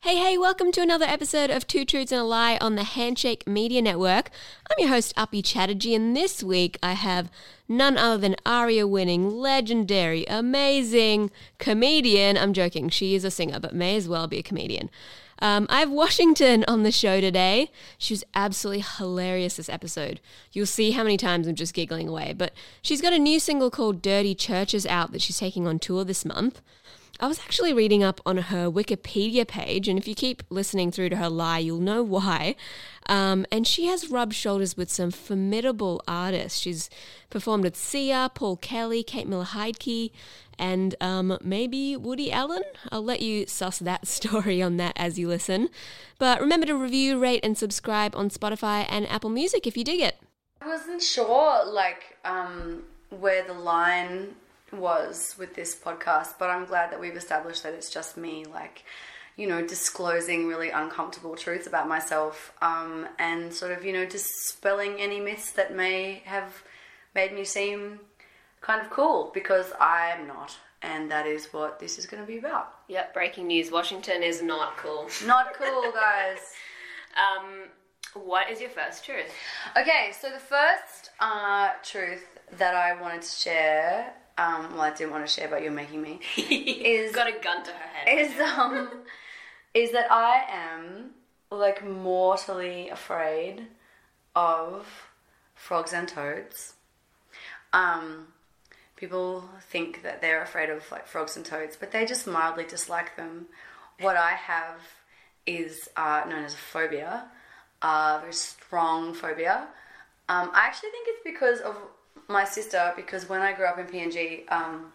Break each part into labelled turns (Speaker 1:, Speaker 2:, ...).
Speaker 1: Hey, hey, welcome to another episode of Two Truths and a Lie on the Handshake Media Network. I'm your host, Uppy Chatterjee, and this week I have none other than Aria winning, legendary, amazing comedian. I'm joking, she is a singer, but may as well be a comedian. Um, I have Washington on the show today. She was absolutely hilarious this episode. You'll see how many times I'm just giggling away, but she's got a new single called Dirty Churches out that she's taking on tour this month. I was actually reading up on her Wikipedia page, and if you keep listening through to her lie, you'll know why. Um, and she has rubbed shoulders with some formidable artists. She's performed with Sia, Paul Kelly, Kate Miller Heidke, and um, maybe Woody Allen. I'll let you suss that story on that as you listen. But remember to review, rate, and subscribe on Spotify and Apple Music if you dig it.
Speaker 2: I wasn't sure like um, where the line was with this podcast, but I'm glad that we've established that it's just me like you know disclosing really uncomfortable truths about myself um, and sort of you know dispelling any myths that may have made me seem kind of cool because I'm not. And that is what this is going to be about.
Speaker 1: Yep, breaking news Washington is not cool.
Speaker 2: Not cool, guys.
Speaker 1: Um, what is your first truth?
Speaker 2: Okay, so the first uh, truth that I wanted to share, um, well, I didn't want to share, but you're making me, is
Speaker 1: Got a gun to her head.
Speaker 2: is um, is that I am like mortally afraid of frogs and toads. Um, people think that they're afraid of like frogs and toads, but they just mildly dislike them. What I have is uh, known as a phobia, a very strong phobia. Um, I actually think it's because of my sister, because when I grew up in PNG, um,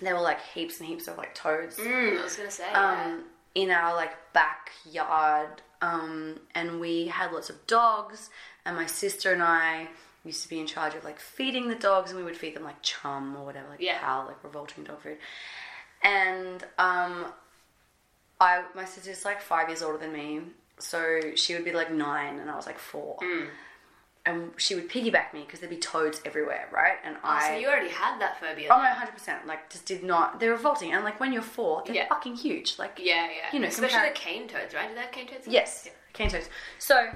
Speaker 2: there were like heaps and heaps of like toads
Speaker 1: Mm, I was going to say.
Speaker 2: um, in our like backyard, um, and we had lots of dogs. And my sister and I used to be in charge of like feeding the dogs, and we would feed them like chum or whatever, like
Speaker 1: Yeah.
Speaker 2: pal, like revolting dog food. And um, I, my sister's like five years older than me, so she would be like nine, and I was like four.
Speaker 1: Mm.
Speaker 2: And she would piggyback me because there'd be toads everywhere, right? And I
Speaker 1: Oh, so you already had that phobia.
Speaker 2: Oh my, hundred percent. Like, just did not. They're revolting, and like when you're four, they're
Speaker 1: Yeah.
Speaker 2: fucking huge. Like,
Speaker 1: Yeah, yeah.
Speaker 2: You know,
Speaker 1: especially
Speaker 2: compar-
Speaker 1: the cane toads, right? Do they have cane toads?
Speaker 2: yes, cane toes. So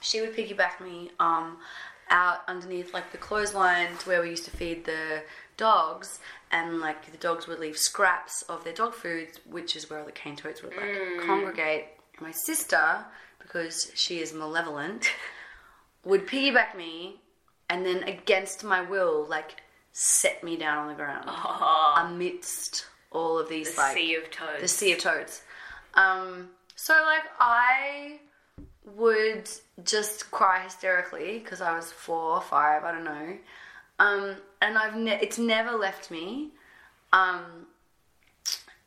Speaker 2: she would piggyback me um, out underneath like the clothesline to where we used to feed the dogs, and like the dogs would leave scraps of their dog food, which is where all the cane toads would like
Speaker 1: Mm.
Speaker 2: congregate. And my sister, because she is malevolent, would piggyback me, and then against my will, like set me down on the ground
Speaker 1: Oh,
Speaker 2: amidst all of these
Speaker 1: the
Speaker 2: like
Speaker 1: sea of toads.
Speaker 2: the sea of toads. Um, so like I would just cry hysterically because I was four or five, I don't know. Um, and I've ne- it's never left me. Um,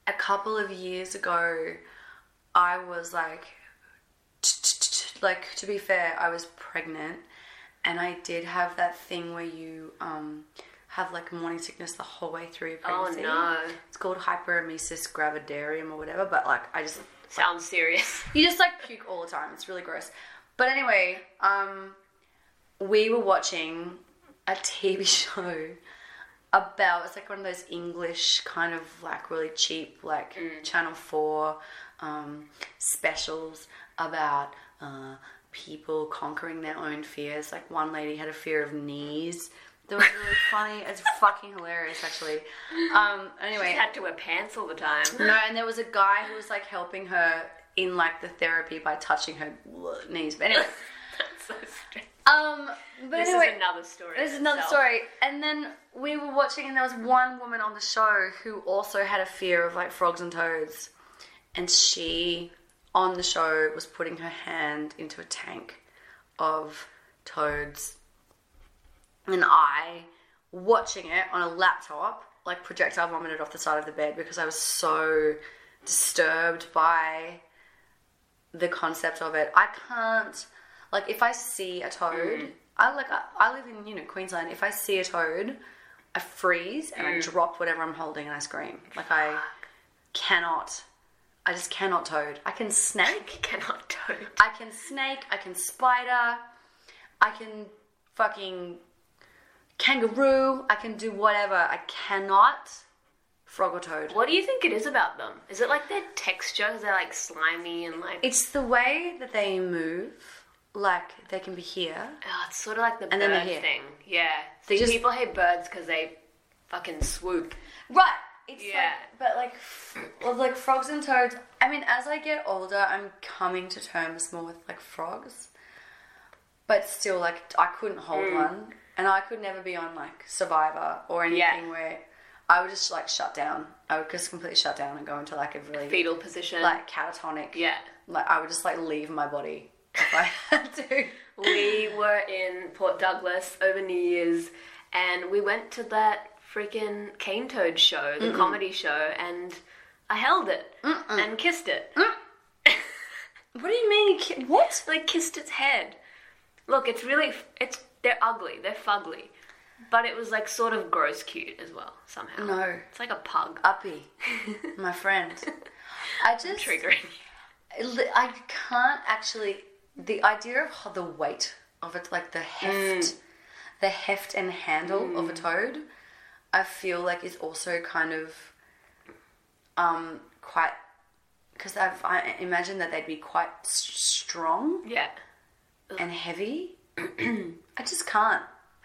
Speaker 2: a couple of years ago, I was like, like to be fair, I was pregnant, and I did have that thing where you um, have like morning sickness the whole way through your
Speaker 1: Oh,
Speaker 2: pregnancy.
Speaker 1: no.
Speaker 2: It's called hyperemesis gravidarium or whatever, but like I just
Speaker 1: Sounds serious.
Speaker 2: you just like puke all the time. It's really gross. But anyway, um, we were watching a TV show about it's like one of those English kind of like really cheap like Channel Four um, specials about uh, people conquering their own fears. Like one lady had a fear of knees. That was really funny. It's fucking hilarious, actually. Um, anyway,
Speaker 1: I had to wear pants all the time.
Speaker 2: no, and there was a guy who was like helping her in like the therapy by touching her knees. But anyway,
Speaker 1: That's so strange.
Speaker 2: um, but
Speaker 1: This
Speaker 2: anyway,
Speaker 1: is another story.
Speaker 2: this
Speaker 1: in
Speaker 2: is another
Speaker 1: itself.
Speaker 2: story. And then we were watching, and there was one woman on the show who also had a fear of like frogs and toads, and she on the show was putting her hand into a tank of toads, and I watching it on a laptop, like projectile vomited off the side of the bed because I was so disturbed by the concept of it. I can't like if I see a toad, I like I, I live in you know Queensland. If I see a toad, I freeze and I drop whatever I'm holding and I scream. Like I cannot. I just cannot toad. I can snake.
Speaker 1: You cannot toad.
Speaker 2: I can snake. I can spider. I can fucking kangaroo. I can do whatever. I cannot frog or toad.
Speaker 3: What do you think it is about them? Is it like their texture? Because they're like slimy and like.
Speaker 2: It's the way that they move, like they can be here.
Speaker 3: Oh, it's sort of like the
Speaker 2: And then
Speaker 3: bird
Speaker 2: they're here.
Speaker 3: thing. Yeah. See,
Speaker 2: just-
Speaker 3: people hate birds because they fucking swoop.
Speaker 2: Right. It's
Speaker 3: Yeah.
Speaker 2: like, but like, f- well, like frogs and toads. I mean, as I get older, I'm coming to terms more with like frogs. But still, like, I couldn't hold
Speaker 3: Mm.
Speaker 2: one, and I could never be on like Survivor or anything
Speaker 3: Yeah.
Speaker 2: where I would just like shut down. I would just completely shut down and go into like a really
Speaker 3: Fetal position.
Speaker 2: like catatonic.
Speaker 3: Yeah.
Speaker 2: Like I would just like leave my body if I had to.
Speaker 3: we were in Port Douglas over New Year's and we went to that freaking cane toad show, the comedy show, and I held it and kissed it.
Speaker 2: Mm. What do you mean? you ca- What?
Speaker 3: Like kissed its head. Look, it's really it's they're ugly, they're fugly. But it was like sort of gross cute as well, somehow.
Speaker 2: No. Uh,
Speaker 3: It's like a pug.
Speaker 2: Uppy, my friend. I just
Speaker 3: Triggering.
Speaker 2: li- I can't actually. The idea of ho- the weight of it, like the heft,
Speaker 3: Mm.
Speaker 2: the heft and handle of a toad, I feel like is also kind of um quite because I've I imagine that they'd be quite s- strong
Speaker 3: Yeah.
Speaker 2: and heavy. I just can't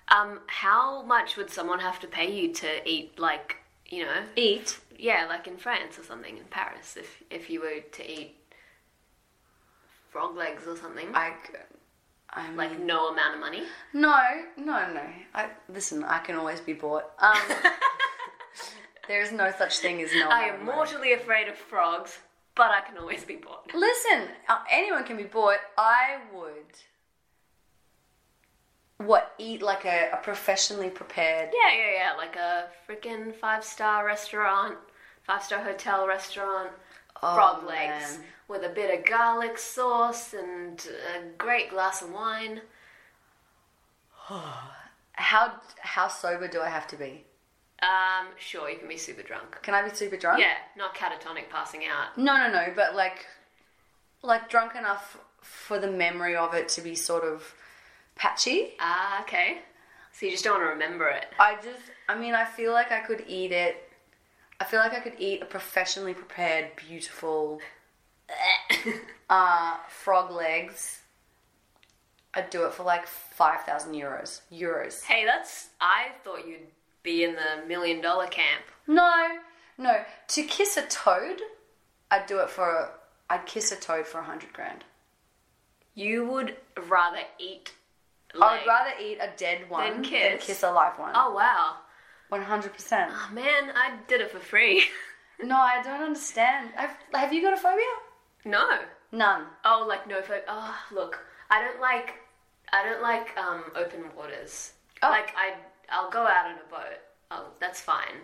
Speaker 3: Um, how much would someone have to pay you to eat like, you know,
Speaker 2: eat.
Speaker 3: Yeah, like in France or something in Paris, if if you were to eat frog legs or something,
Speaker 2: I, c- I mean,
Speaker 3: like no amount of money.
Speaker 2: No, no, no. I listen. I can always be bought. Um, there is no such thing as no. amount
Speaker 3: I am
Speaker 2: of money.
Speaker 3: mortally afraid of frogs, but I can always be bought.
Speaker 2: Listen, uh, anyone can be bought. I would. What eat like a, a professionally prepared?
Speaker 3: Yeah, yeah, yeah, like a freaking five star restaurant, five star hotel restaurant, frog legs
Speaker 2: Oh, man.
Speaker 3: with a bit of garlic sauce and a great glass of wine.
Speaker 2: How how sober do I have to be?
Speaker 3: Um, sure, you can be super drunk.
Speaker 2: Can I be super drunk?
Speaker 3: Yeah, not catatonic passing out.
Speaker 2: No, no, no. But like, like drunk enough for the memory of it to be sort of patchy.
Speaker 3: Ah, okay. So you just don't want to remember it.
Speaker 2: I just, I mean, I feel like I could eat it. I feel like I could eat a professionally prepared, beautiful uh, frog legs. I'd do it for like 5,000 euros. Euros.
Speaker 3: Hey, that's. I thought you'd be in the million dollar camp.
Speaker 2: No, no. To kiss a toad, I'd do it for, I'd kiss a toad for 100 grand.
Speaker 3: You would rather eat.
Speaker 2: I
Speaker 3: leg.
Speaker 2: would rather eat a dead one than kiss,
Speaker 3: kiss.
Speaker 2: a live one.
Speaker 3: Oh wow,
Speaker 2: 100%.
Speaker 3: oh, man, I did it for free.
Speaker 2: No, I don't understand. I've, have you got a phobia?
Speaker 3: no.
Speaker 2: None.
Speaker 3: Oh, like no. Fo- oh, look, I don't like. I don't like um, open waters.
Speaker 2: Oh.
Speaker 3: Like I, I'll go out on a boat. Oh, that's fine.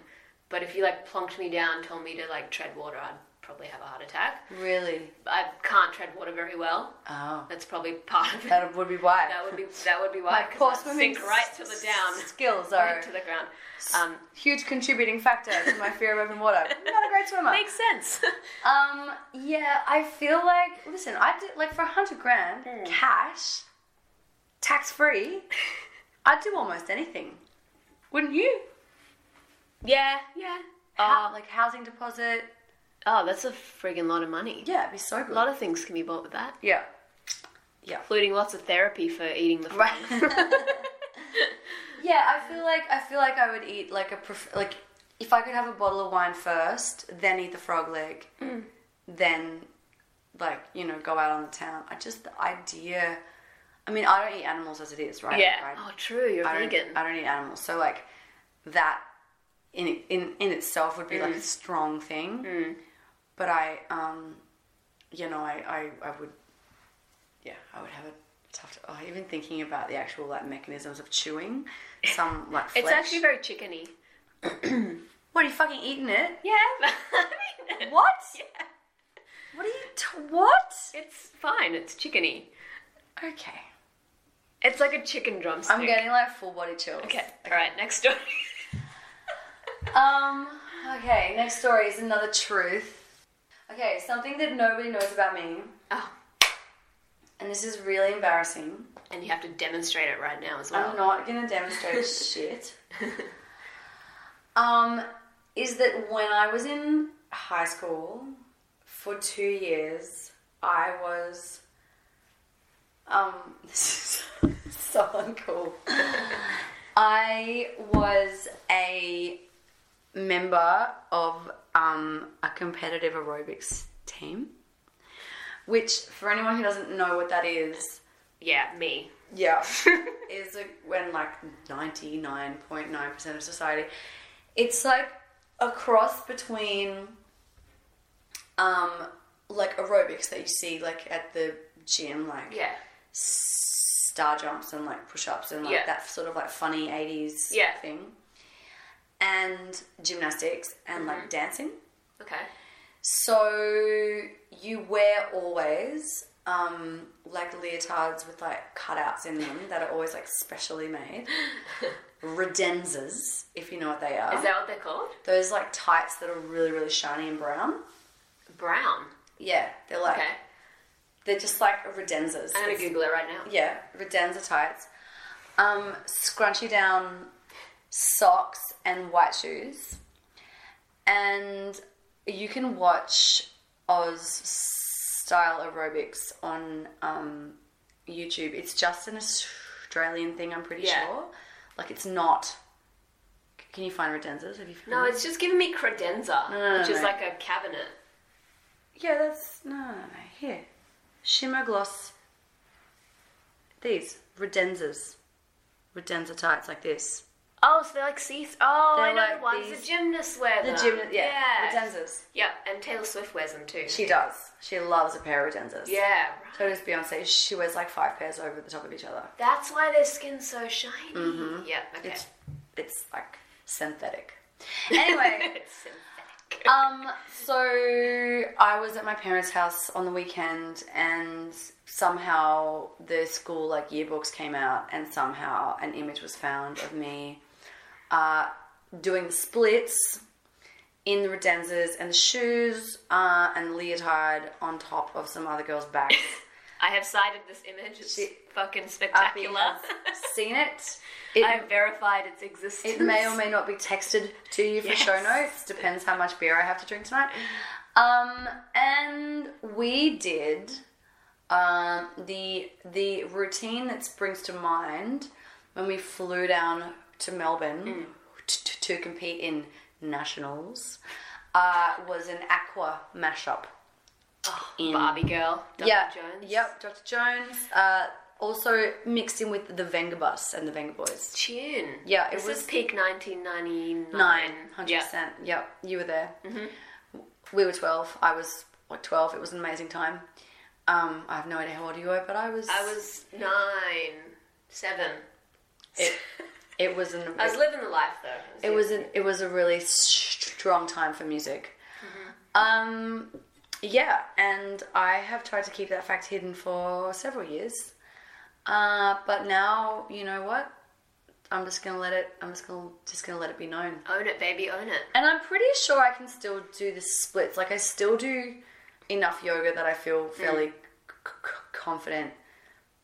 Speaker 3: But if you like plonked me down, told me to like tread water, I'd probably have a heart attack.
Speaker 2: Really?
Speaker 3: I can't tread water very well.
Speaker 2: Oh.
Speaker 3: That's probably part of it.
Speaker 2: That would be why.
Speaker 3: That would be that would be
Speaker 2: My
Speaker 3: why.
Speaker 2: poor
Speaker 3: Because
Speaker 2: swimming
Speaker 3: sink right to the down,
Speaker 2: skills
Speaker 3: right
Speaker 2: are
Speaker 3: to the ground. Um,
Speaker 2: huge contributing factor to my fear of open water. Not a great swimmer.
Speaker 3: makes sense.
Speaker 2: Um, yeah, I feel like listen, I did like for a hundred grand
Speaker 3: Mm.
Speaker 2: cash, tax free, I'd do almost anything, wouldn't you?
Speaker 3: yeah, yeah.
Speaker 2: Hou-
Speaker 3: Oh,
Speaker 2: like housing deposit.
Speaker 3: oh, that's a friggin' lot of money.
Speaker 2: Yeah, it'd be so good.
Speaker 3: A lot of things can be bought with that,
Speaker 2: yeah, yeah.
Speaker 3: including lots of therapy for eating the frog.
Speaker 2: Yeah, I feel like I feel like I would eat like a pref- like if I could have a bottle of wine first, then eat the frog leg, then like you know go out on the town. I just the idea. I mean, I don't eat animals as it is, right?
Speaker 3: yeah.
Speaker 2: Like,
Speaker 3: Oh, true. You're
Speaker 2: I, I
Speaker 3: vegan.
Speaker 2: don't. I don't eat animals, so like that in in in itself would be
Speaker 3: Mm.
Speaker 2: like a strong thing. But I um, you know, I I, I would yeah, I would have a tough. Oh, even thinking about the actual like mechanisms of chewing some like flesh.
Speaker 3: it's actually very chickeny.
Speaker 2: what are you fucking eating it?
Speaker 3: Yeah. I mean,
Speaker 2: What?
Speaker 3: Yeah.
Speaker 2: What are you? T- what?
Speaker 3: It's fine. It's chickeny.
Speaker 2: Okay,
Speaker 3: It's like a chicken drumstick.
Speaker 2: I'm getting like full body chills.
Speaker 3: Okay. All right. Next story.
Speaker 2: Um. Okay. Next story is another truth. Okay, something that nobody knows about me,
Speaker 3: oh,
Speaker 2: and this is really embarrassing.
Speaker 3: and you have to demonstrate it right now as well.
Speaker 2: I'm not gonna demonstrate shit. Um, is that when I was in high school for two years, I was. Um, this is so uncool. I was a member of um, a competitive aerobics team, which, for anyone who doesn't know what that is,
Speaker 3: Yeah, me.
Speaker 2: yeah. is like when like 99.9% of society. It's like a cross between um like aerobics that you see like at the gym like
Speaker 3: Yeah.
Speaker 2: star jumps and like push-ups and like
Speaker 3: Yeah.
Speaker 2: that sort of like funny 80s
Speaker 3: Yeah.
Speaker 2: thing and gymnastics and
Speaker 3: Mm-hmm.
Speaker 2: like dancing.
Speaker 3: Okay.
Speaker 2: So you wear always um, like leotards with like cutouts in them that are always like specially made. Redenzas, if you know what they are.
Speaker 3: Is that what they're called?
Speaker 2: Those like tights that are really really shiny and brown.
Speaker 3: Brown.
Speaker 2: Yeah, they're like
Speaker 3: Okay.
Speaker 2: they're just like redenzas.
Speaker 3: I'm gonna
Speaker 2: It's-
Speaker 3: Google it right now.
Speaker 2: yeah, redenza tights. Um, scrunchy down socks and white shoes. And you can watch Oz style aerobics on um, YouTube. It's just an Australian thing, I'm pretty
Speaker 3: Yeah.
Speaker 2: sure. Like, it's not. Can you find redenzas? Have you found
Speaker 3: No, it's just giving me credenza,
Speaker 2: no,
Speaker 3: which is
Speaker 2: no.
Speaker 3: like a cabinet.
Speaker 2: Yeah, that's no, no, no. Here, shimmer gloss. These redenzas, redenza tights like this.
Speaker 3: Oh, so they're like see. Oh,
Speaker 2: They're
Speaker 3: I know
Speaker 2: like
Speaker 3: the ones
Speaker 2: these-
Speaker 3: the gymnasts wear.
Speaker 2: The
Speaker 3: them.
Speaker 2: gym, yeah,
Speaker 3: Yeah.
Speaker 2: redenzas.
Speaker 3: Yeah, and Taylor Swift wears them too.
Speaker 2: She does. She loves a pair of redenzas.
Speaker 3: Yeah. right.
Speaker 2: So does Beyonce. She wears like five pairs over the top of each other.
Speaker 3: That's why their skin's so shiny. Yeah. Okay.
Speaker 2: It's it's like synthetic. Anyway.
Speaker 3: It's synthetic.
Speaker 2: um, so I was at my parents' house on the weekend, and somehow the school like yearbooks came out, and somehow an image was found of me uh, doing the splits in the redenzas and the shoes uh, and leotard on top of some other girl's backs.
Speaker 3: I have cited this image. It's
Speaker 2: She-
Speaker 3: fucking
Speaker 2: Abby
Speaker 3: spectacular.
Speaker 2: has seen it. It
Speaker 3: I've verified its existence.
Speaker 2: It may or may not be texted to you for show
Speaker 3: Yes. Mm-hmm.
Speaker 2: notes. Depends how much beer I have to drink tonight. Um, and we did um, the the routine that springs to mind when we flew down to Melbourne
Speaker 3: Mm.
Speaker 2: t- t- to compete in nationals uh, was an aqua mashup. in-
Speaker 3: Oh, Barbie girl, Dr.
Speaker 2: yeah.
Speaker 3: Jones.
Speaker 2: Yep. Dr. Jones. Uh, also mixed in with the Venga Bus and the Venga Boys.
Speaker 3: Tune.
Speaker 2: Yeah, it
Speaker 3: this
Speaker 2: was-
Speaker 3: is peak 1999.
Speaker 2: Nine, hundred
Speaker 3: Yeah. Mm-hmm.
Speaker 2: percent. Yep, you were there. We were twelve. I was like twelve. It was an amazing time. Um, I have no idea how old you were, but I was.
Speaker 3: I was nine, seven.
Speaker 2: It, it was an.
Speaker 3: I was living the life though.
Speaker 2: it was an, it was a really strong time for music.
Speaker 3: Mm-hmm.
Speaker 2: Um, yeah, and I have tried to keep that fact hidden for several years. Uh, but now you know what? I'm just gonna let it. I'm just gonna just gonna let it be known.
Speaker 3: own it, baby, own it.
Speaker 2: And I'm pretty sure I can still do the splits. Like I still do enough yoga that I feel fairly c- c- confident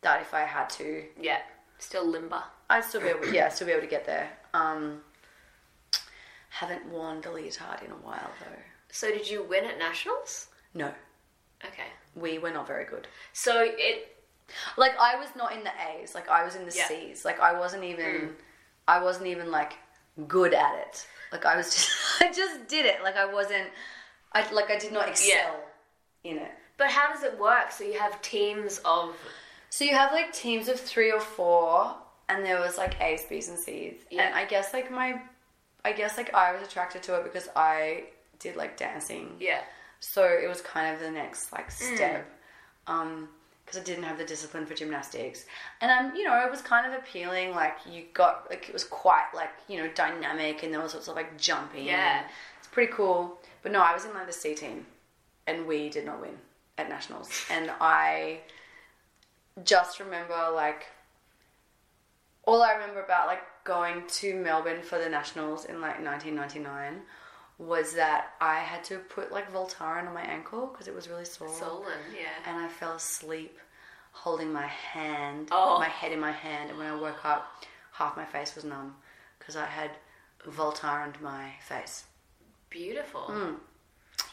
Speaker 2: that if I had to,
Speaker 3: Yeah, still limber.
Speaker 2: I'd still be able. yeah, I'd still be able to get there. Um, haven't worn the leotard in a while though.
Speaker 3: So did you win at nationals?
Speaker 2: No,
Speaker 3: Okay.
Speaker 2: we were not very good.
Speaker 3: So it
Speaker 2: Like I was not in the A's. Like I was in the
Speaker 3: Yeah.
Speaker 2: C's. Like I wasn't even. I wasn't even like good at it. Like I was just. I just did it. Like I wasn't. I like I did not excel in it.
Speaker 3: But how does it work? So you have teams of
Speaker 2: So you have like teams of three or four, and there was like A's, B's, and C's.
Speaker 3: Yeah.
Speaker 2: And I guess like my, I guess like I was attracted to it because I did like dancing.
Speaker 3: yeah.
Speaker 2: So it was kind of the next like
Speaker 3: Mm.
Speaker 2: step, Um 'cause because I didn't have the discipline for gymnastics, and um, you know, it was kind of appealing. Like you got like it was quite like you know dynamic, and there was sorts of like jumping.
Speaker 3: Yeah.
Speaker 2: it's pretty cool. But no, I was in like the C team, and we did not win at nationals, and I just remember like all I remember about like going to Melbourne for the nationals in like 1999 was that I had to put like Voltaren on my ankle because it was really sore,
Speaker 3: Solon, yeah.
Speaker 2: and I fell asleep holding my hand,
Speaker 3: Oh.
Speaker 2: my head in my hand, and when I woke up, half my face was numb because I had Voltarened my face.
Speaker 3: beautiful.
Speaker 2: Hmm.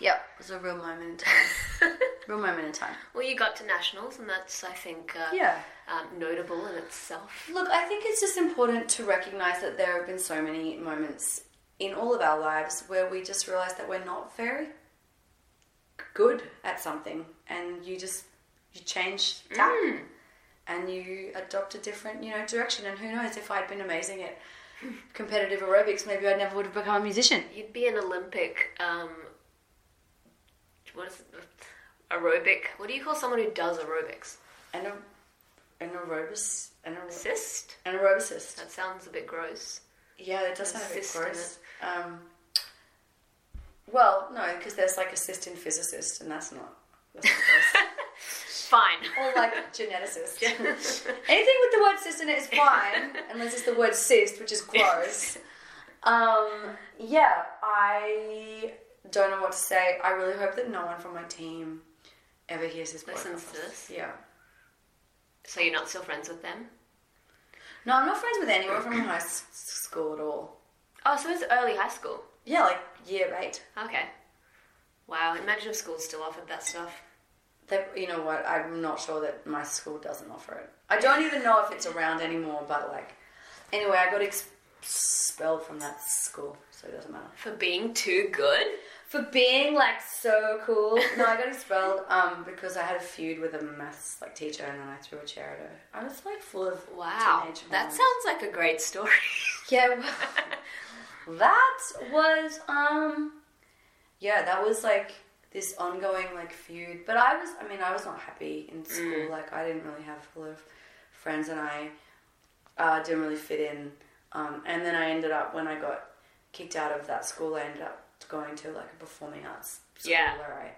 Speaker 2: Yep, it was a real moment in time. real moment in time.
Speaker 3: Well, you got to nationals, and that's I think uh,
Speaker 2: Yeah.
Speaker 3: um, notable in itself.
Speaker 2: Look, I think it's just important to recognize that there have been so many moments in all of our lives where we just realize that we're not very good at something and you just you change tack and you adopt a different, you know, direction and who knows if I'd been amazing at competitive aerobics, maybe I never would have become a musician.
Speaker 3: You'd be an Olympic. Um, what is it? Aerobic. What do you call someone who does aerobics?
Speaker 2: And a an aerobis an, aer-
Speaker 3: Cyst.
Speaker 2: an aerobicist.
Speaker 3: That sounds a bit gross.
Speaker 2: Yeah, it does sound a bit
Speaker 3: Assist in
Speaker 2: gross. Um, well, no, because there's like assistant physicist, and that's not. That's not
Speaker 3: Fine.
Speaker 2: gross. or like geneticist. Anything with the word cyst in it is fine, unless it's the word cyst, which is gross. Um, yeah, I don't know what to say. I really hope that no one from my team ever hears this.
Speaker 3: Listens
Speaker 2: podcast.
Speaker 3: to this.
Speaker 2: Yeah.
Speaker 3: so you're not still friends with them?
Speaker 2: No, I'm not friends with anyone from high s- school at all.
Speaker 3: Oh, so it's early high school.
Speaker 2: Yeah, like year eight.
Speaker 3: Okay. Wow. Imagine if schools still offered that stuff.
Speaker 2: They, you know what? I'm not sure that my school doesn't offer it. I don't even know if it's around anymore. But like, anyway, I got expelled from that school, so it doesn't matter.
Speaker 3: For being too good.
Speaker 2: For being like so cool. No, I got expelled um, because I had a feud with a maths like teacher, and then I threw a chair at her. I was like full of
Speaker 3: Wow.
Speaker 2: Teenage
Speaker 3: That
Speaker 2: hormones.
Speaker 3: sounds like a great story.
Speaker 2: yeah. well, that was um, yeah, that was like this ongoing like feud. But I was, I mean, I was not happy in school. Like I didn't really have a lot of friends, and I uh, didn't really fit in. Um, and then I ended up when I got kicked out of that school, I ended up going to like a performing arts school
Speaker 3: Yeah.
Speaker 2: where I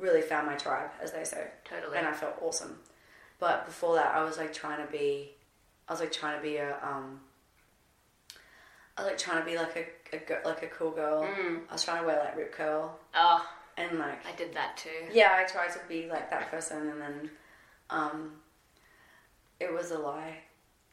Speaker 2: really found my tribe, as they say.
Speaker 3: Totally.
Speaker 2: And I felt awesome. But before that, I was like trying to be, I was like trying to be a um. I was like trying to be like a, a gi- like a cool girl. I was trying to wear like rip curl
Speaker 3: oh,
Speaker 2: and like
Speaker 3: Mm. I did that too.
Speaker 2: yeah, I tried to be like that person, and then um, it was a lie.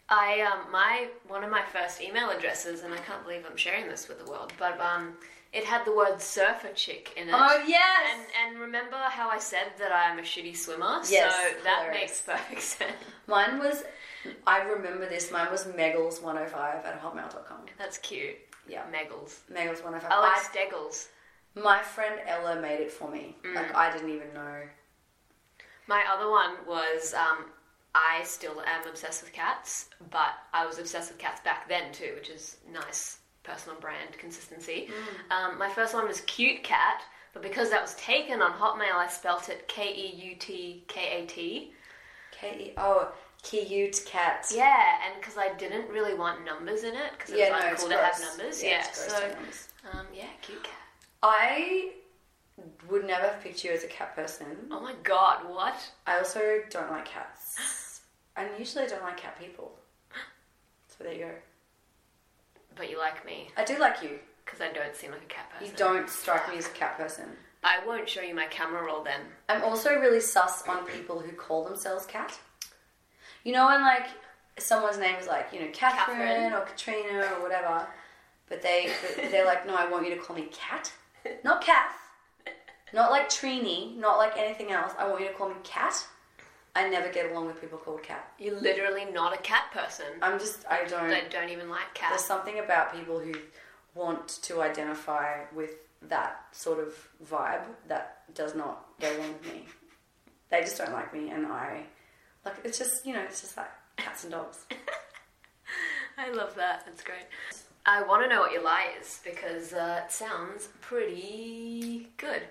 Speaker 3: I um my one of my first email addresses, and I can't believe I'm sharing this with the world, but um it had the word surfer chick in it.
Speaker 2: Oh, yes,
Speaker 3: And, and remember how I said that I'm a shitty swimmer?
Speaker 2: Yes,
Speaker 3: so that
Speaker 2: hilarious.
Speaker 3: makes perfect sense.
Speaker 2: mine was. I remember this. Mine was Meggles105 at hotmail.com.
Speaker 3: That's cute.
Speaker 2: Yeah,
Speaker 3: Meggles.
Speaker 2: Meggles105.
Speaker 3: Oh,
Speaker 2: I-
Speaker 3: it's Deggles.
Speaker 2: my friend Ella made it for me.
Speaker 3: Mm.
Speaker 2: Like I didn't even know.
Speaker 3: My other one was um, I still am obsessed with cats, but I was obsessed with cats back then too, which is nice personal brand consistency.
Speaker 2: Mm.
Speaker 3: Um, my first one was Cute Cat, but because that was taken on Hotmail, I spelt it K E U T K A T.
Speaker 2: K E O cute cat.
Speaker 3: Yeah, and because I didn't really want numbers in it, because it
Speaker 2: Yeah,
Speaker 3: was
Speaker 2: no,
Speaker 3: like
Speaker 2: it's
Speaker 3: cool
Speaker 2: gross.
Speaker 3: to have numbers. Yeah,
Speaker 2: it's gross
Speaker 3: so
Speaker 2: to have numbers.
Speaker 3: um, yeah, Cute Cat.
Speaker 2: I would never have picked you as a cat person.
Speaker 3: Oh my god, what?
Speaker 2: I also don't like cats. And usually I don't like cat people. So there you go.
Speaker 3: But you like me
Speaker 2: I do like you.
Speaker 3: because I don't seem like a cat person.
Speaker 2: You don't strike me as a cat person.
Speaker 3: I won't show you my camera roll then.
Speaker 2: I'm also really sus on people who call themselves cat. You know when like someone's name is like, you know, Catherine,
Speaker 3: Catherine.
Speaker 2: or Katrina or whatever, but they but they're like, no, I want you to call me Cat. Not Kath. Not like Trini, not like anything else. I want you to call me Cat. I never get along with people called Cat.
Speaker 3: You're literally not a cat person.
Speaker 2: I'm just I don't
Speaker 3: I don't even like
Speaker 2: there's
Speaker 3: cats.
Speaker 2: something about people who want to identify with that sort of vibe that does not go along with me. They just don't like me, and I like it's just you know it's just like cats and dogs.
Speaker 3: I love that. That's great. I want to know what your lie is because uh, it sounds pretty good.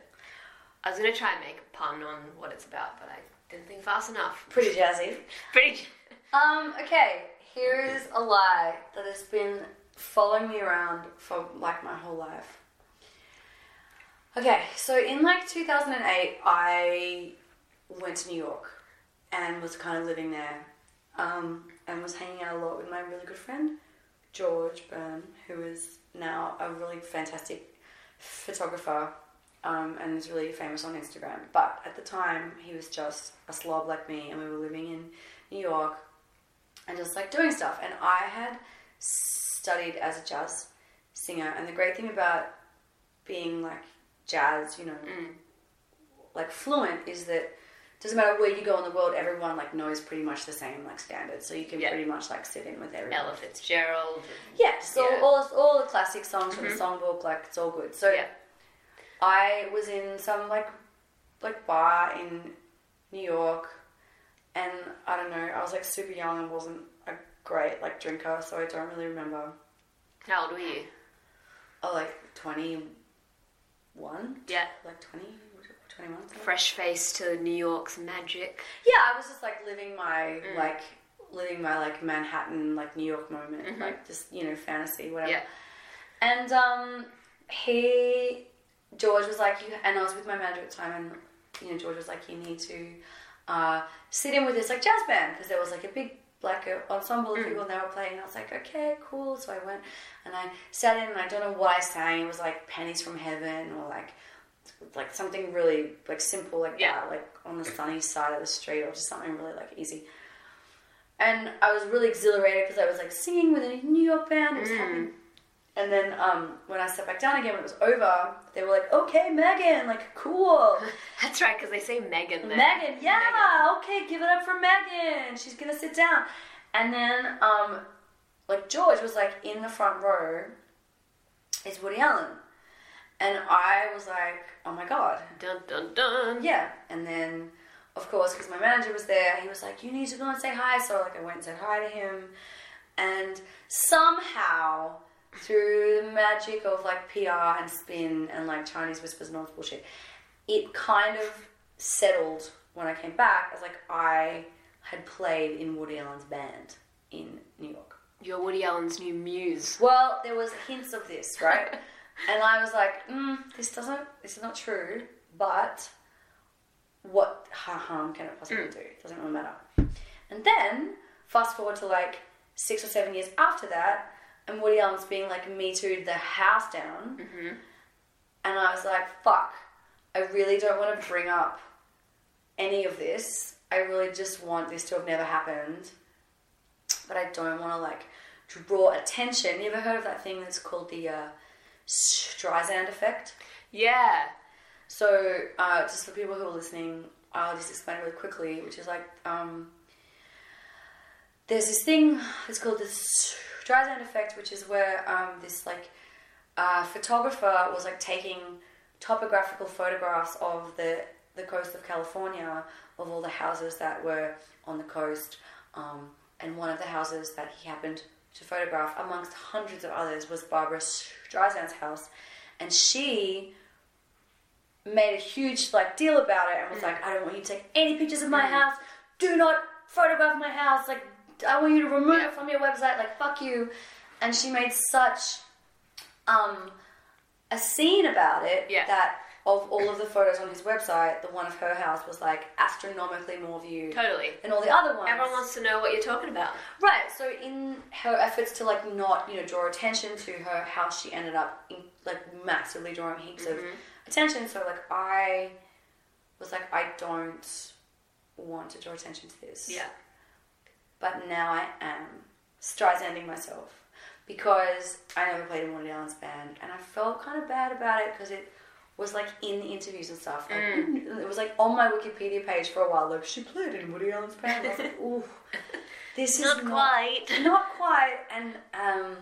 Speaker 3: I was gonna try and make a pun on what it's about, but I didn't think fast enough.
Speaker 2: Pretty jazzy.
Speaker 3: Pretty.
Speaker 2: Um. Okay. Here is a lie that has been following me around for like my whole life. Okay, so in like 2008, I went to New York and was kind of living there um, and was hanging out a lot with my really good friend, George Byrne, who is now a really fantastic photographer um, and is really famous on Instagram. But at the time, he was just a slob like me, and we were living in New York and just like doing stuff. And I had studied as a jazz singer, and the great thing about being like jazz, you know,
Speaker 3: Mm.
Speaker 2: like fluent is that doesn't matter where you go in the world, everyone like knows pretty much the same like standards. So you can
Speaker 3: Yeah.
Speaker 2: pretty much like sit in with everyone.
Speaker 3: Ella Fitzgerald.
Speaker 2: Yeah, so
Speaker 3: Yeah. Mm-hmm.
Speaker 2: all all the classic songs from the songbook, like it's all good. So
Speaker 3: Yeah.
Speaker 2: I was in some like like bar in New York, and I don't know. I was like super young and wasn't a great like drinker, so I don't really remember.
Speaker 3: How old were you?
Speaker 2: Oh, like twenty one,
Speaker 3: Yeah.
Speaker 2: like 20, 21. something.
Speaker 3: Fresh face to New York's magic.
Speaker 2: Yeah, I was just like living my like living my like Manhattan like New York moment, like just you know fantasy whatever.
Speaker 3: Yeah.
Speaker 2: And um, he, George was like, you, and I was with my manager at the time, and you know, George was like, you need to uh, sit in with this like jazz band because there was like a big like a ensemble of people and they were playing. And I was like, okay, cool. So I went and I sat in, and I don't know what I sang. It was like pennies from heaven or like like something really like simple like
Speaker 3: Yeah.
Speaker 2: that, like on the sunny side of the street or just something really like easy. And I was really exhilarated because I was like singing with a New York band. It was happening. And then um, when I sat back down again, when it was over, they were like, "Okay, Megan, like cool,
Speaker 3: That's right, because they say Megan there.
Speaker 2: Megan, yeah, okay, give it up for Megan. She's gonna sit down." And then um, like George was like in the front row, is Woody Allen, and I was like, "Oh my god,
Speaker 3: Dun dun dun.
Speaker 2: yeah, and then of course, because my manager was there, he was like, "You need to go and say hi." So like, I went and said hi to him, and somehow through the magic of like PR and spin and like Chinese whispers and all this bullshit, it kind of settled when I came back as like I had played in Woody Allen's band in New York.
Speaker 3: You're Woody Allen's new muse.
Speaker 2: Well, there was hints of this, right? and I was like, mm, this doesn't, this is not true, but what ha- harm can it possibly do? It doesn't really matter. And then, fast forward to like six or seven years after that, and Woody Allen's being like, me too, the house down. And I was like, fuck, I really don't want to bring up any of this. I really just want this to have never happened but I don't want to like draw attention. You ever heard of that thing that's called the uh, Streisand effect?
Speaker 3: Yeah.
Speaker 2: So, uh, just for people who are listening, I'll just explain it really quickly, which is like um, there's this thing that's called the Streisand effect, which is where um, this like uh, photographer was like taking topographical photographs of the the coast of California of all the houses that were on the coast, um, and one of the houses that he happened to photograph, amongst hundreds of others, was Barbara Streisand's house, and she made a huge like deal about it and
Speaker 3: Mm.
Speaker 2: was like, I don't want you to take any pictures of my house. Do not photograph my house. Like, I want you to remove it from your website. Like, fuck you. And she made such um, a scene about it
Speaker 3: Yeah.
Speaker 2: that of all of the photos on his website, the one of her house was like astronomically more viewed
Speaker 3: Totally.
Speaker 2: than all the other ones.
Speaker 3: Everyone wants to know what you're talking about.
Speaker 2: Right. So in her efforts to like not you know draw attention to her house, she ended up in, like massively drawing heaps of attention. So like I was like I don't want to draw attention to this.
Speaker 3: Yeah.
Speaker 2: But now I am Streisanding myself because I never played in Woody Allen's band, and I felt kind of bad about it because it was like in the interviews and stuff. Like,
Speaker 3: Mm.
Speaker 2: It was like on my Wikipedia page for a while. Like she played in Woody Allen's band. I was like, ooh, this is
Speaker 3: Not quite.
Speaker 2: not quite. And um,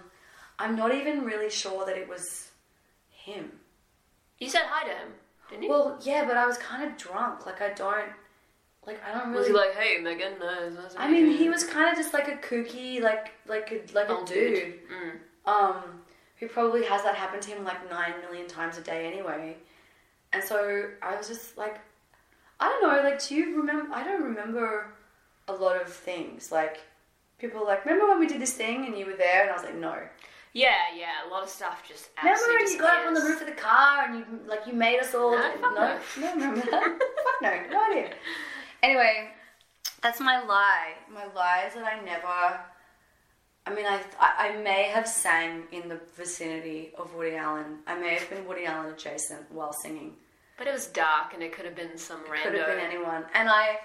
Speaker 2: I'm not even really sure that it was him.
Speaker 3: You said hi to him, didn't you?
Speaker 2: Well, yeah, but I was kind of drunk. Like I don't, like I don't really.
Speaker 3: was he like, hey, Megan? No, it's not
Speaker 2: I mean, he was kind of just like a kooky, like like a, like a
Speaker 3: Old
Speaker 2: dude,
Speaker 3: dude.
Speaker 2: um, who probably has that happen to him like nine million times a day anyway. And so I was just like, I don't know, like, do you remember? I don't remember a lot of things. Like, people are like, remember when we did this thing and you were there? And I was like, no.
Speaker 3: Yeah, yeah. A lot of stuff just.
Speaker 2: Remember
Speaker 3: absolutely
Speaker 2: when you got up on the
Speaker 3: disappears.
Speaker 2: roof of the car and you like you made us all?
Speaker 3: No, fuck
Speaker 2: no, no, remember that? fuck no, no idea. Anyway, that's my lie. My lie is that I never. I mean, I I I may have sang in the vicinity of Woody Allen. I may have been Woody Allen adjacent while singing.
Speaker 3: But it was dark, and it could have been some random.
Speaker 2: Could have been anyone, and I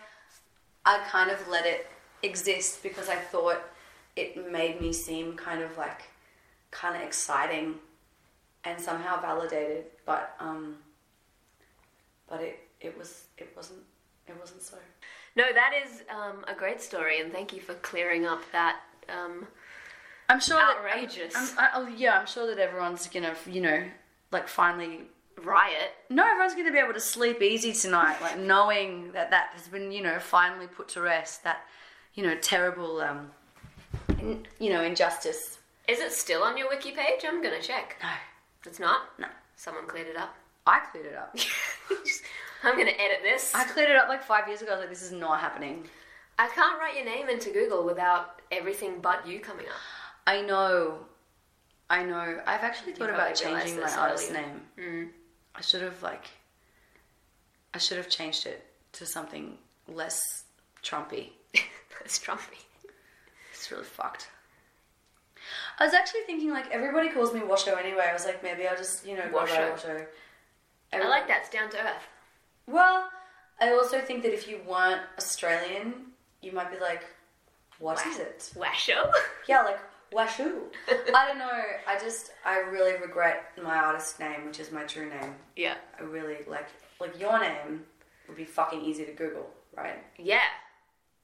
Speaker 2: I kind of let it exist because I thought it made me seem kind of like kind of exciting and somehow validated, but um, but it it was it wasn't it wasn't so.
Speaker 3: No, that is um, a great story, and thank you for clearing up that. Um,
Speaker 2: I'm sure
Speaker 3: Outrageous.
Speaker 2: That, I'm, I, oh, yeah, I'm sure that everyone's gonna you know like finally
Speaker 3: riot.
Speaker 2: no, everyone's going to be able to sleep easy tonight, like knowing that that has been, you know, finally put to rest. That, you know, terrible, um, in, you know, injustice.
Speaker 3: Is it still on your wiki page? I'm gonna check.
Speaker 2: No,
Speaker 3: It's not.
Speaker 2: no,
Speaker 3: Someone cleared it up.
Speaker 2: I cleared it up.
Speaker 3: Just- I'm gonna edit this.
Speaker 2: I cleared it up like five years ago. I was like, this is not happening.
Speaker 3: I can't write your name into Google without everything but you coming up.
Speaker 2: I know, I know. I've actually thought about
Speaker 3: probably realised
Speaker 2: changing my
Speaker 3: this
Speaker 2: artist
Speaker 3: earlier. Mm.
Speaker 2: name. I should have like, I should have changed it to something less Trumpy.
Speaker 3: That's Trumpy.
Speaker 2: It's really fucked. I was actually thinking, like, everybody calls me Washo anyway. I was like, maybe I'll just, you know, go by
Speaker 3: Washo.
Speaker 2: Washo.
Speaker 3: I like that. It's down to earth.
Speaker 2: Well, I also think that if you weren't Australian, you might be like, what is it?
Speaker 3: Washo.
Speaker 2: Yeah, like, Washo. I don't know. I just, I really regret my artist name, which is my true name.
Speaker 3: yeah.
Speaker 2: I really, like, like, your name would be fucking easy to Google, right?
Speaker 3: Yeah.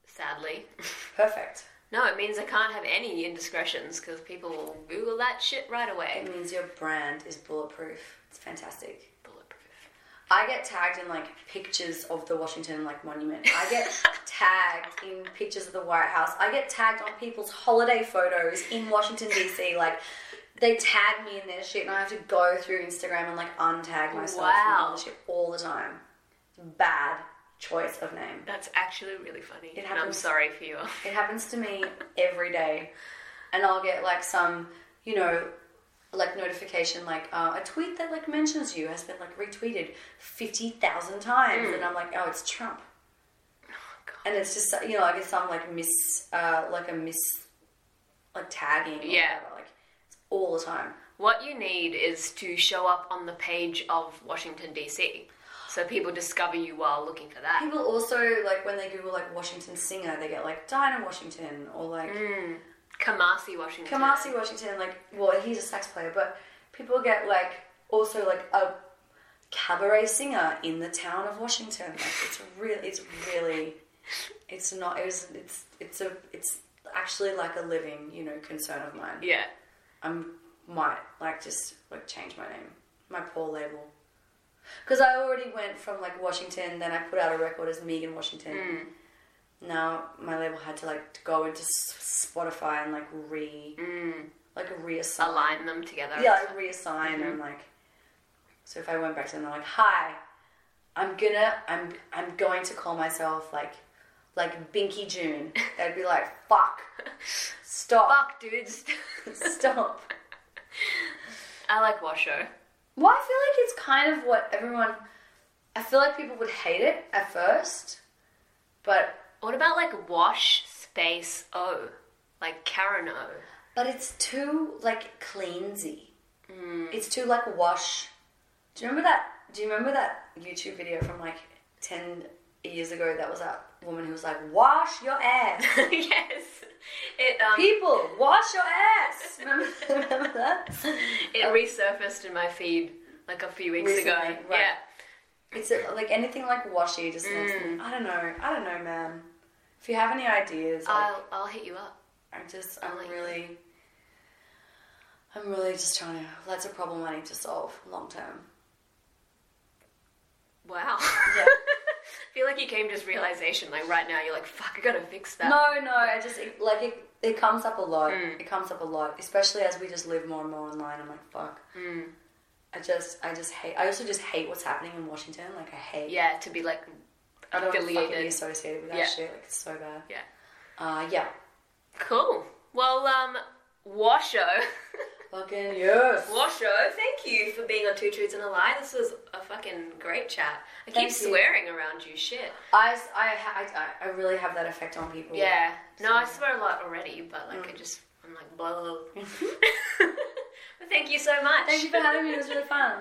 Speaker 3: Sadly.
Speaker 2: Perfect.
Speaker 3: No, it means I can't have any indiscretions because people will Google that shit right away.
Speaker 2: It means your brand is bulletproof. It's fantastic.
Speaker 3: Bulletproof.
Speaker 2: I get tagged in like pictures of the Washington like monument. I get tagged in pictures of the White House. I get tagged on people's holiday photos in Washington DC. Like they tag me in their shit, and I have to go through Instagram and like untag myself from all
Speaker 3: Wow.
Speaker 2: the shit all the time. Bad choice of name.
Speaker 3: That's actually really funny. and I'm
Speaker 2: happens.
Speaker 3: sorry for you.
Speaker 2: It happens to me every day, and I'll get like some, you know, like notification, like uh, a tweet that like mentions you has been like retweeted fifty thousand times, and I'm like, oh, it's Trump,
Speaker 3: Mm. Oh, God.
Speaker 2: and it's just you know, like it's some like miss, uh, like a miss, like tagging, or
Speaker 3: Yeah.
Speaker 2: whatever, like it's all the time.
Speaker 3: What you need is to show up on the page of Washington, D.C. So people discover you while looking for that.
Speaker 2: People also like when they Google like Washington singer, they get like Dinah Washington or like.
Speaker 3: Kamasi, Washington.
Speaker 2: Kamasi Washington, like, well, he's a sax player, but people get like also like a cabaret singer in the town of Washington. Like, it's really, it's really, it's not. It was, it's, it's a, it's actually like a living, you know, concern of mine.
Speaker 3: Yeah.
Speaker 2: I might like just like change my name, my poor label. Because I already went from like Washington, then I put out a record as Megan Washington. Now my label had to like to go into S- Spotify and like re, like reassign.
Speaker 3: Align them together.
Speaker 2: Yeah, like reassign and like. So if I went back to them, I'm like, hi, I'm gonna, I'm, I'm going to call myself like, like Binky June. They'd be like, fuck, stop,
Speaker 3: Fuck, dudes.
Speaker 2: stop.
Speaker 3: I like Washo.
Speaker 2: Well, I feel like it's kind of what everyone. I feel like people would hate it at first, but
Speaker 3: What about like Wash space O? Like Karen O.
Speaker 2: but it's too like cleansy. It's too like wash. Do you remember that? Do you remember that YouTube video from like ten years ago? That was that woman who was like, "Wash your ass,
Speaker 3: yes. It um,
Speaker 2: people. Wash your ass." Remember, remember that?
Speaker 3: it resurfaced in my feed like a few weeks ago.
Speaker 2: Recently, right.
Speaker 3: Yeah.
Speaker 2: It's uh, like anything like washy just makes me. I don't know. I don't know, man. If you have any ideas, like,
Speaker 3: I'll I'll hit you up.
Speaker 2: I'm just, I'm
Speaker 3: like-
Speaker 2: really, I'm really just trying to, that's a problem I need to solve long term.
Speaker 3: Wow.
Speaker 2: Yeah.
Speaker 3: I feel like you came to this realization, like right now, you're like, fuck, I gotta fix that.
Speaker 2: No, no, I just, it, like, it, it comes up a lot. It comes up a lot, especially as we just live more and more online. I'm like, fuck. I just, I just hate, I also just hate what's happening in Washington. Like, I hate,
Speaker 3: Yeah, to be like
Speaker 2: I don't want to fucking be
Speaker 3: affiliated.
Speaker 2: associated with that
Speaker 3: Yeah.
Speaker 2: shit. Like, it's so bad.
Speaker 3: Yeah.
Speaker 2: Uh, yeah.
Speaker 3: Cool. Well, um, Washo.
Speaker 2: Fucking yes.
Speaker 3: Washo, thank you for being on Two Truths and a Lie. This was a fucking great chat. I keep
Speaker 2: Thank you.
Speaker 3: swearing around you, shit.
Speaker 2: I, s- I, ha- I, I really have that effect on people.
Speaker 3: Yeah. Mm. No, I swear a lot already, but like, I just, I'm like, blah, blah, blah. but thank you so much.
Speaker 2: Thank you for having me. It was really fun.